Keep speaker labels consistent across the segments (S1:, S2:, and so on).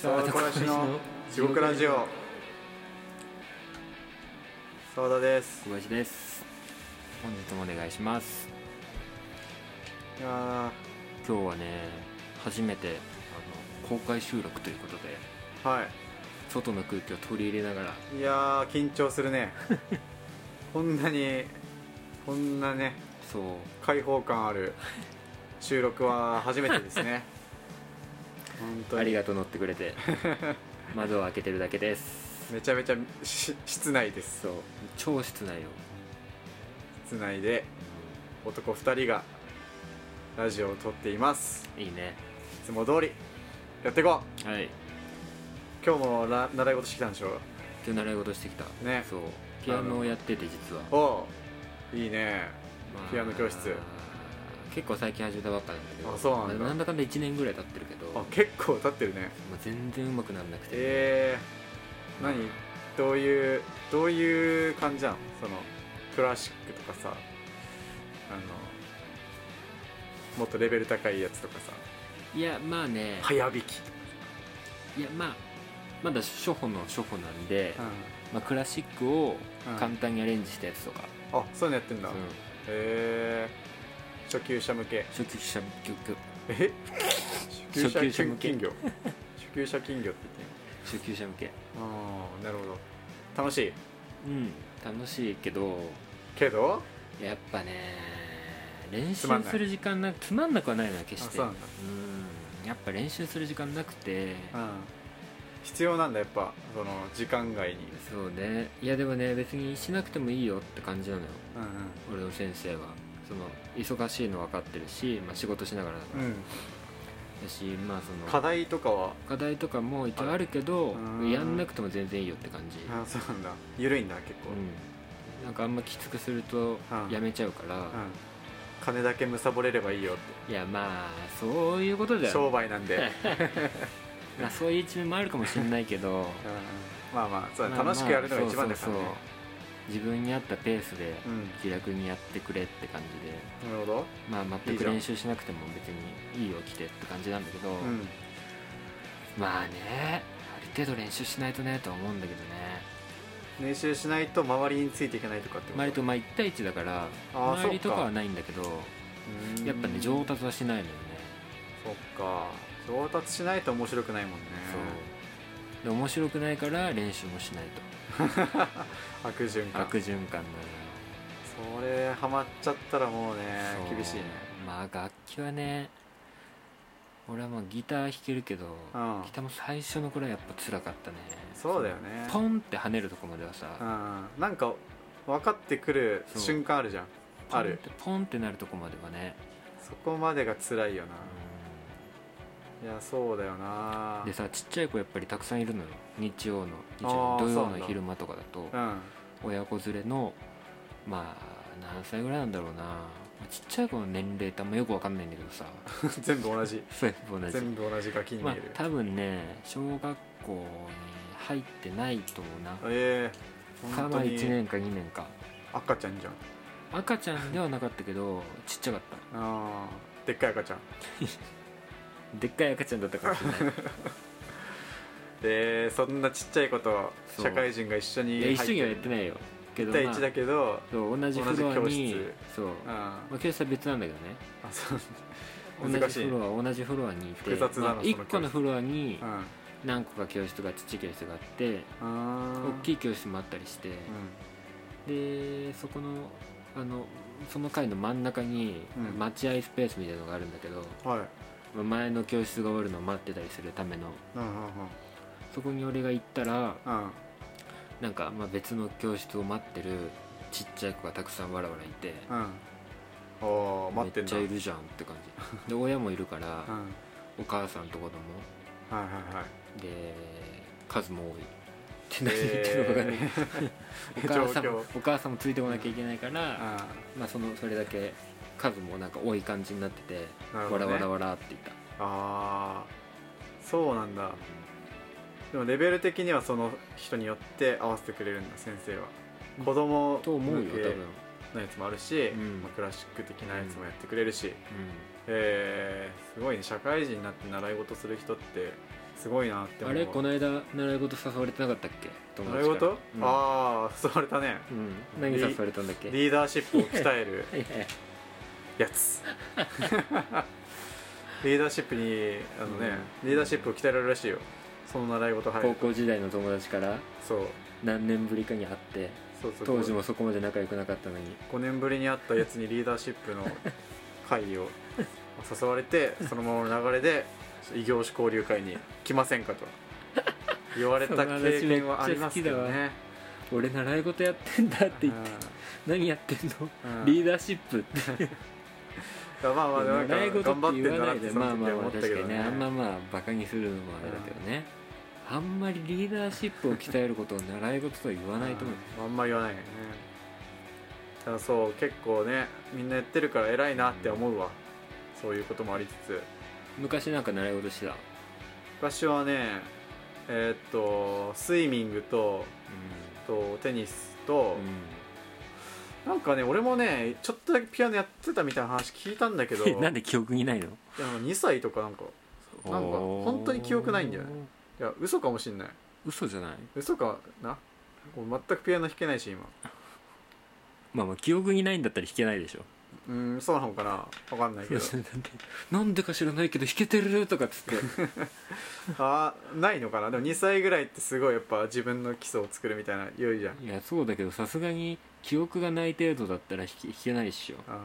S1: 沢田小しの地獄ラジオ沢田です
S2: 小林です本日もお願いします
S1: いや
S2: 今日はね初めてあの公開収録ということで
S1: ーは
S2: 外の空気を取り入れながら
S1: いいやー緊張する ねこんなにこんなね
S2: そう
S1: 開放感ある収録は初めてですね本当
S2: あり
S1: に
S2: がとう乗ってく れて窓を開けてるだけです
S1: めちゃめちゃし室内です
S2: そう超室内よ
S1: 室内で男2人がラジオを撮っています
S2: いいね
S1: いつも通りやっていこう
S2: はい
S1: 今日もら習い事してきたんでしょ
S2: 今日習い事してきた
S1: ね
S2: そうピアノをやってて実は、
S1: おういいね
S2: まあ
S1: ピアノ教室
S2: 結構最近始めたばっかなんだけど
S1: あそうなんだ
S2: まあなんだかんだ1年ぐらい経ってるけど
S1: あ結構経ってるね
S2: もう全然うまくなんなくて、
S1: えー、何どういうどういう感じなのそのクラシックとかさあのもっとレベル高いやつとかさ
S2: いやまあね、
S1: 早弾き、
S2: い、やまあまだ初歩の初歩なんで、
S1: う
S2: まあ、クラシックを
S1: うん
S2: 簡単にアレンジしたやつとか、
S1: ん、あそういうのやってんだ、
S2: う
S1: へ
S2: ん、
S1: え初級者向け
S2: 初級者きょきょ
S1: え初級者
S2: 初級者向け
S1: 金魚初級者金魚って言って
S2: 初級者向け
S1: んのああなるほど楽しい
S2: うん楽しいけど
S1: けど
S2: やっぱね練
S1: つ
S2: 習
S1: まんない
S2: する時間なつまんなくはないのよ決して
S1: あそうなんだ
S2: うんやっぱ練習する時間なくて
S1: うん必要なんだやっぱその時間外に
S2: そうねいやでもね別にしなくてもいいよって感じなのよ
S1: うん
S2: 俺の先生はその忙しいの分かってるし、まあ、仕事しながらだ
S1: う
S2: から、
S1: ん、
S2: だしまあその
S1: 課題とかは
S2: 課題とかも一応あるけど
S1: うん
S2: やんなくても全然いいよって感じ、
S1: あそうなんだ緩いんだ結構、うん
S2: うん、なんかあんまきつくすると
S1: うん
S2: やめちゃうから、
S1: 金だけ貪れればいいよっ
S2: いやまあそういうこと
S1: て
S2: だ
S1: 商
S2: よ、
S1: 売なんで、うんうん
S2: まあ、そういう一面もあるかもしれないけど
S1: まあま あそうだ
S2: まあまあ
S1: 楽しくやるのが一番だからね
S2: そうそうそう自分に合ったペースで
S1: うん
S2: 気楽にやってくれって感じで、
S1: なるほど、
S2: まあ、
S1: い
S2: 全
S1: いじ
S2: く
S1: ゃん
S2: 練習しなくても別にいいよ来てって感じなんだけど、
S1: うん、
S2: まあねある程度練習しないとねとは思うんだけどね
S1: 練習しないと周りについていけないとかってこと
S2: 周りとまあ1対1だから
S1: あー
S2: 周りとか
S1: そ
S2: は
S1: っ
S2: ないんだけど
S1: うん
S2: やっぱね上達はしないのよね、
S1: そっか上達しないと面白くないもんね
S2: そうで面白くないから練習もしない
S1: 悪循
S2: と
S1: 環
S2: 悪循環なのよ
S1: それハマっちゃったらもうね
S2: そう
S1: 厳しいね
S2: まあ楽器はね俺はもうギター弾けるけど
S1: うん
S2: ギターも最初の頃はやっぱ辛かったね
S1: そうだよね
S2: ポンって跳ねるとこまではさ
S1: うんなんか分かってくる
S2: そう
S1: 瞬間あるじゃん
S2: ポ
S1: あ
S2: ンって
S1: る
S2: ポンってなるとこまではね
S1: そこまでが辛いよな、
S2: う
S1: いやそうだよなん
S2: でさちっちゃい子やっぱりたくさんいるのよ日曜の日曜
S1: あ
S2: の
S1: ーそ
S2: 土
S1: う
S2: 曜
S1: なんだ
S2: の昼間とかだと
S1: うん
S2: 親子連れのまあ何歳ぐらいなんだろうなちっちゃい子の年齢ってあんまよくわかんないんだけどさ
S1: 全部同じ
S2: 全部同じ
S1: 全部同じガキに見
S2: ま
S1: え
S2: あ
S1: る、
S2: 多分ね小学校に入ってないと思うな
S1: ええ
S2: か
S1: 本当
S2: まあ
S1: に
S2: 1年か2年か
S1: 赤ちゃんじゃん
S2: 赤ちゃんではなかったけど ちっちゃかった
S1: あーでっかい赤ちゃん
S2: でっかい赤ちゃんだったかもしれない
S1: でそんなちっちゃい子と
S2: そう
S1: 社会人が一緒に
S2: いや
S1: 入
S2: 一緒にはや
S1: っ
S2: ってないよけど、
S1: 1対
S2: まあ
S1: 1だけど、
S2: そう同じフロア
S1: 同じ
S2: に
S1: 教
S2: そう、
S1: うん
S2: ま
S1: あ
S2: あ、教室は別なんだけどね
S1: そう
S2: 同
S1: 難
S2: じ
S1: しい
S2: フロア同じフロアにいて
S1: 複雑なの
S2: まあ、
S1: その教室
S2: 1個のフロアに
S1: うんあ
S2: 何個か教室がちっちゃい教室があって、
S1: ー
S2: 大きい教室もあったりして、でそこのあのその階の真ん中に
S1: うん
S2: 待合スペースみたいなのがあるんだけど、
S1: うんはい
S2: まあ前の教室が終わるのを待ってたりするための
S1: うんうん
S2: そこに俺が行ったら
S1: うんうん
S2: なんかまあ別の教室を待ってるちっちゃい子がたくさんわらわらいて
S1: うんおー待って
S2: め
S1: ん
S2: っ
S1: だ
S2: ちゃいるじゃんって感じで親もいるから
S1: うん
S2: お母さんと子供
S1: はいはいはい
S2: で数も多いって何言ってるのか分かんない、
S1: えー
S2: お母さん
S1: 状
S2: もお母さんもついてこなきゃいけないから、
S1: あ
S2: まあ、そのそれだけ数もなんか多い感じになってて
S1: ーなるほ
S2: わ
S1: ど
S2: ら
S1: ね
S2: わらわらって言った
S1: あーそうなんだでもレベル的にはその人によって合わせてくれるんだ先生は子供
S2: と思うよ
S1: 向
S2: 多
S1: け
S2: 分、
S1: のやつもあるし、
S2: うん
S1: まあ、クラシック的なやつもやってくれるし、
S2: う
S1: えーすごいね社会人になって習い事する人ってすごいなって
S2: あれこ
S1: の
S2: の間習い事誘われてなかったっけ友
S1: 習い
S2: 達から
S1: 事、
S2: うん、
S1: ああ誘われたね
S2: うん、何誘われたんだっけ
S1: リーダーシップを鍛える
S2: はいはい
S1: やつ リーダーシップにあのね、リーダーシップを鍛えられるらしいよその習い事入
S2: 高
S1: る
S2: 校時代の友達から
S1: そう
S2: 何年ぶりかに会って
S1: そうそう
S2: 当時もそこまで仲良くなかったのに
S1: 5年ぶりに会ったやつにリーダーシップの会を誘われてそのままの流れで異業種交流会に来ませんかと言われた経験はありますけどね
S2: 俺習い事やってんだって言って何やってんの、
S1: うん
S2: リーダーシップって
S1: うんまあまあなんか
S2: 習い事
S1: 頑張
S2: っ
S1: っててん
S2: 言
S1: だ
S2: わな
S1: なっ
S2: い
S1: て
S2: で
S1: そ
S2: ま
S1: の
S2: あ
S1: 時
S2: まあ
S1: は思
S2: まあ
S1: ったけ
S2: 確か
S1: ど
S2: にねあんま
S1: ね
S2: まあバカにするのもあれだけどね、あんまりリーダーシップを鍛えることを習い事とは言わないと思う、
S1: うんあんま言わないよねだからそう結構ねみんなやってるから偉いなって思うわそういうこともありつつ
S2: 昔なんか習い事してた、
S1: 昔はねえーっとスイミングととテニスと、なんかね俺もねちょっとだけピアノやってたみたいな話聞いたんだけ ど
S2: なんで記憶にないの
S1: いや2歳とかなんかなんか本当に記憶ないんだよねいや嘘かもしんない
S2: 嘘じゃない
S1: 嘘かなもう全くピアノ弾けないし今
S2: まあまあ記憶にないんだったら弾けないで しょ
S1: うーんそうなのかな分かんないけど
S2: なんでか知らないけど弾けてるとかっつって
S1: あーないのかなでも2歳ぐらいってすごいやっぱ自分の基礎を作るみたいな言うじゃん
S2: いやそうだけどさすがに記憶がない程度だったら弾け弾けないっしょ
S1: あー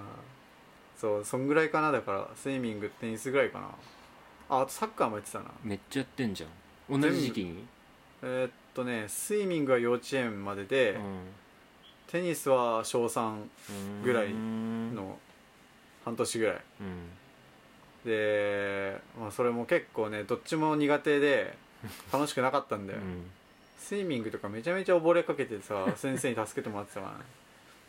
S1: そうそんぐらいかなだからスイミングテニスぐらいかなああとサッカーもやってたな
S2: めっちゃやってんじゃん同じ時期に、
S1: えーっとねスイミングは幼稚園までで、テニスは小3
S2: うん
S1: ぐらい
S2: の
S1: の半年ぐらい
S2: うん
S1: で、まあ、それも結構ねどっちも苦手で楽しくなかったんだ
S2: う
S1: よ、
S2: ん
S1: スイミングとかめちゃめちゃ溺れかけて さ先生に助けてもらってたからね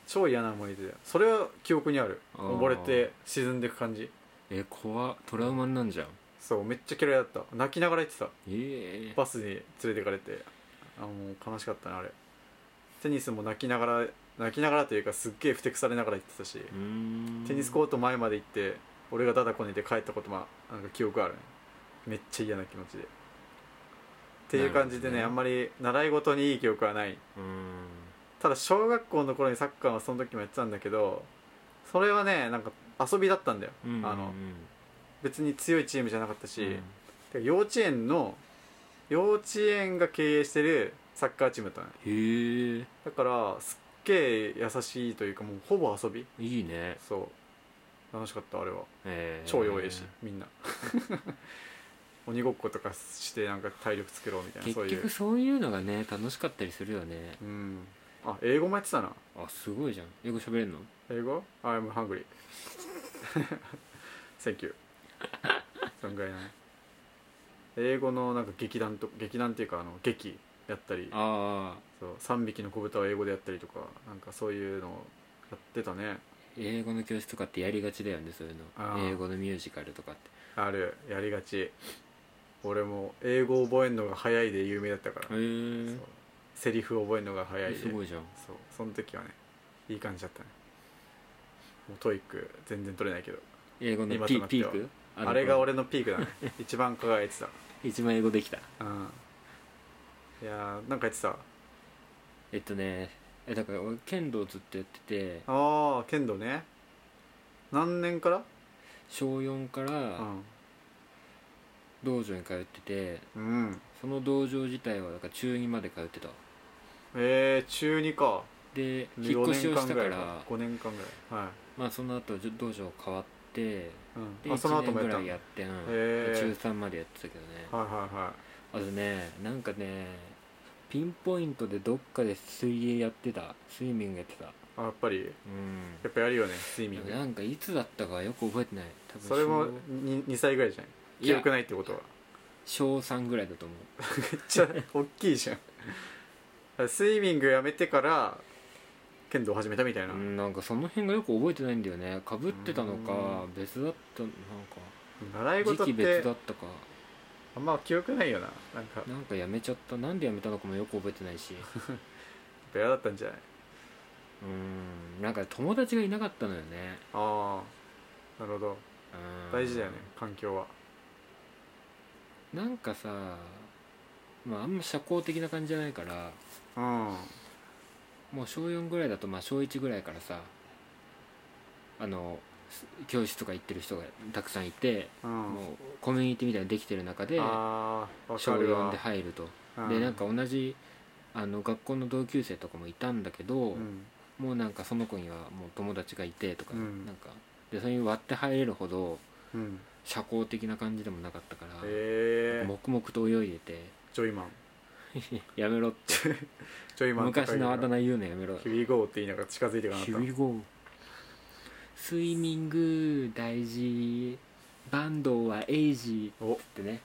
S1: 超嫌な思い出だよそれは記憶にある
S2: あー
S1: 溺れて沈んでく感じ
S2: え怖っトラウマになんじゃん
S1: そうめっちゃ嫌いだった泣きながら言ってた
S2: ええ
S1: バスに連れてかれてあもう悲しかったなあれテニスも泣きながら泣きながらというかすっげえふてくされながら言ってたし、テニスコート前まで行って俺がダダこねて帰ったこともなんか記憶あるねめっちゃ嫌な気持ちでっていう感じでね
S2: なる
S1: あ
S2: ほ
S1: ん
S2: ど
S1: まり習い事にいい記憶はない
S2: うん
S1: ただ小学校の頃にサッカーはその時もやってたんだけどそれはねなんか遊びだったんだよ、
S2: うん
S1: あの
S2: うん
S1: 別に強いチームじゃなかったし、
S2: うん
S1: てか幼稚園の幼稚園が経営してるサッカーチームだったのね
S2: へえ
S1: だからすっげえ優しいというかもうほぼ遊び
S2: いいね
S1: そう楽しかったあれは
S2: ええ
S1: 超弱いし、みんな 鬼ごっことかしてなんか体力作ろうみたいなそう
S2: 結
S1: い
S2: 局
S1: う
S2: そういうのがね楽しかったりするよね
S1: うんあ英語もやってたな
S2: あすごいじゃん英語喋れんの
S1: 英語 ?I'm hungry Thank you そんぐらいな英語のなんか劇団と劇団っていうかあの劇やったり
S2: ああ
S1: そう3匹の子豚を英語でやったりとかなんかそういうのをやってたね
S2: 英語の教室とかってやりがちだよねそういう
S1: あ
S2: の
S1: ー
S2: 英語のミュージカルとかって
S1: あるやりがち俺も英語覚えるのが早いで有名だったから、
S2: へえ
S1: そうセリフ覚えるのが早いです
S2: ごいじゃん
S1: そうその時はねいい感じだったねもうトイック全然取れないけど
S2: 英語の
S1: 今
S2: ピ
S1: となって
S2: ピー
S1: は
S2: クの
S1: あれが俺のピーク だね一番輝いてた
S2: 一番英語できた
S1: うんいやーなんかやってたあ
S2: えっとねえだから俺剣道ずっとやってて
S1: あー剣道ね何年から
S2: 小4か
S1: う
S2: ら
S1: ん
S2: 道場に通ってて
S1: うん
S2: その道場自体はだから中2まで通ってた
S1: えー、中2か
S2: で引
S1: 5
S2: っ越し
S1: 年
S2: をし
S1: 間ぐ
S2: たから
S1: い
S2: ら
S1: 5年間ぐらいは
S2: まあその後じょ道場変わって
S1: い、う
S2: で
S1: ん、あその後
S2: 1年
S1: もやった
S2: ぐら
S1: はいい
S2: やってうん
S1: へー
S2: 中3までやってたけどね
S1: はいは
S2: あとねなんかねピンポイントでどっかで水泳やってたスイミングやってた
S1: いあやっぱりや
S2: う
S1: っぱやるよねスイミン
S2: んな
S1: グ
S2: んかいつだったかよく覚えてない多分
S1: それも
S2: 小
S1: 2, 2歳ぐらいじゃない
S2: い
S1: 記
S2: や
S1: 憶ないってことは
S2: 小3ぐらいだと思う
S1: めっちゃ大きいじゃ んスイミングやめてから剣道始めたみたいな、
S2: うんなんかその辺がよく覚えてないんだよねかぶってたのか
S1: う
S2: 別だったなん
S1: 習い
S2: か
S1: 事
S2: 時
S1: っ
S2: 期別
S1: て
S2: だったか
S1: あんま記憶ないよななんか
S2: なんかやめちゃったなんでやめたのかもよく覚えてな いし
S1: ベラだったんじゃない
S2: うんなんか友達がいなかったのよね
S1: ああなるほど
S2: うん
S1: 大事だよね環境は
S2: なんかさ、まあ、あんま社交的な感じじゃないから
S1: うん
S2: もう小4ぐらいだとまあ小1ぐらいからさあのす教室とか行ってる人がたくさんいて、
S1: うん
S2: もうコミュニティみたいなのできてる中で
S1: あーわ
S2: 小
S1: かる
S2: 4
S1: わ
S2: で入ると
S1: うん
S2: でなんか同じあの学校の同級生とかもいたんだけど、
S1: うん
S2: もうなんかその子にはもう友達がいてとか、
S1: うん
S2: なんかでそれに割って入れるほど
S1: うん
S2: 社交的な感じでもなかったから、
S1: えー、
S2: 黙々と泳いでて
S1: ジョイマン
S2: 「やめろ」って
S1: ジョイマン
S2: 昔のあだ
S1: 名
S2: 名言うのやめろ
S1: ヒビゴーって言いながら近づいてい
S2: 「
S1: かなかっ
S2: ヒ
S1: た
S2: ュイゴー」「スイミング大事バンドはエイジ」
S1: お
S2: ってね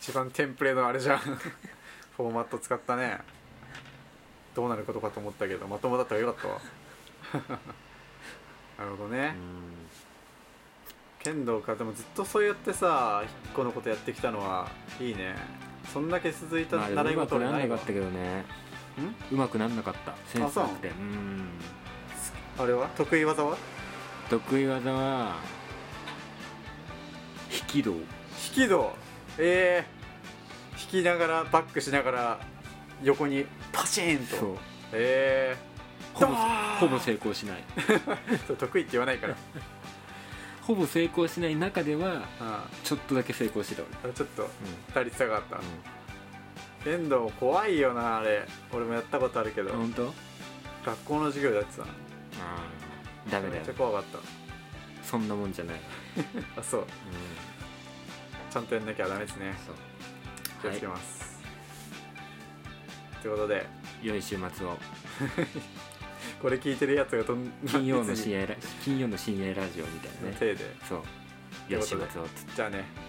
S1: 一番テンプレのあれじゃん フォーマット使ったねどうなることかと思ったけどまともだったらよかったわ なるほどね、剣道かでもずっとそうやってさ一個のことやってきたのはいいねそんだけ続いた
S2: まあでも
S1: 習いう
S2: ま
S1: 事
S2: く
S1: は
S2: なん
S1: な
S2: ないか
S1: わ
S2: ったけどねうまくなんなかったセンスなくてうん
S1: あれは得意技は
S2: 得意技は引き道
S1: 引き道ええ引きながらバックしながら横にパチン
S2: そ
S1: と
S2: う
S1: ええ
S2: ほぼ
S1: ー、
S2: ほぼ成功しない
S1: そう得意って言わない から、
S2: ほぼ成功しない中では
S1: う
S2: ちょっとだけ成功してた俺
S1: ん、ちょっと
S2: うん
S1: 二人強かった、剣道怖いよなあれ俺もやったことあるけど、
S2: うん本当
S1: 学校の授業でやってたの
S2: ダメだ
S1: めっ
S2: よ
S1: ちゃ怖かっ
S2: そんなもんじゃない、
S1: たあそう
S2: う
S1: ちゃんとやんなきゃダメですね
S2: ん、そう
S1: 気をつけます、ということで
S2: 良い週末 を
S1: これ聞いてるやつがどん
S2: 金曜の
S1: いつ
S2: 深夜ラ金曜の深夜ラジオみたい
S1: の
S2: なね
S1: せいで
S2: そう
S1: という
S2: 良い
S1: こ
S2: 週
S1: とで
S2: 末をつ
S1: じゃあね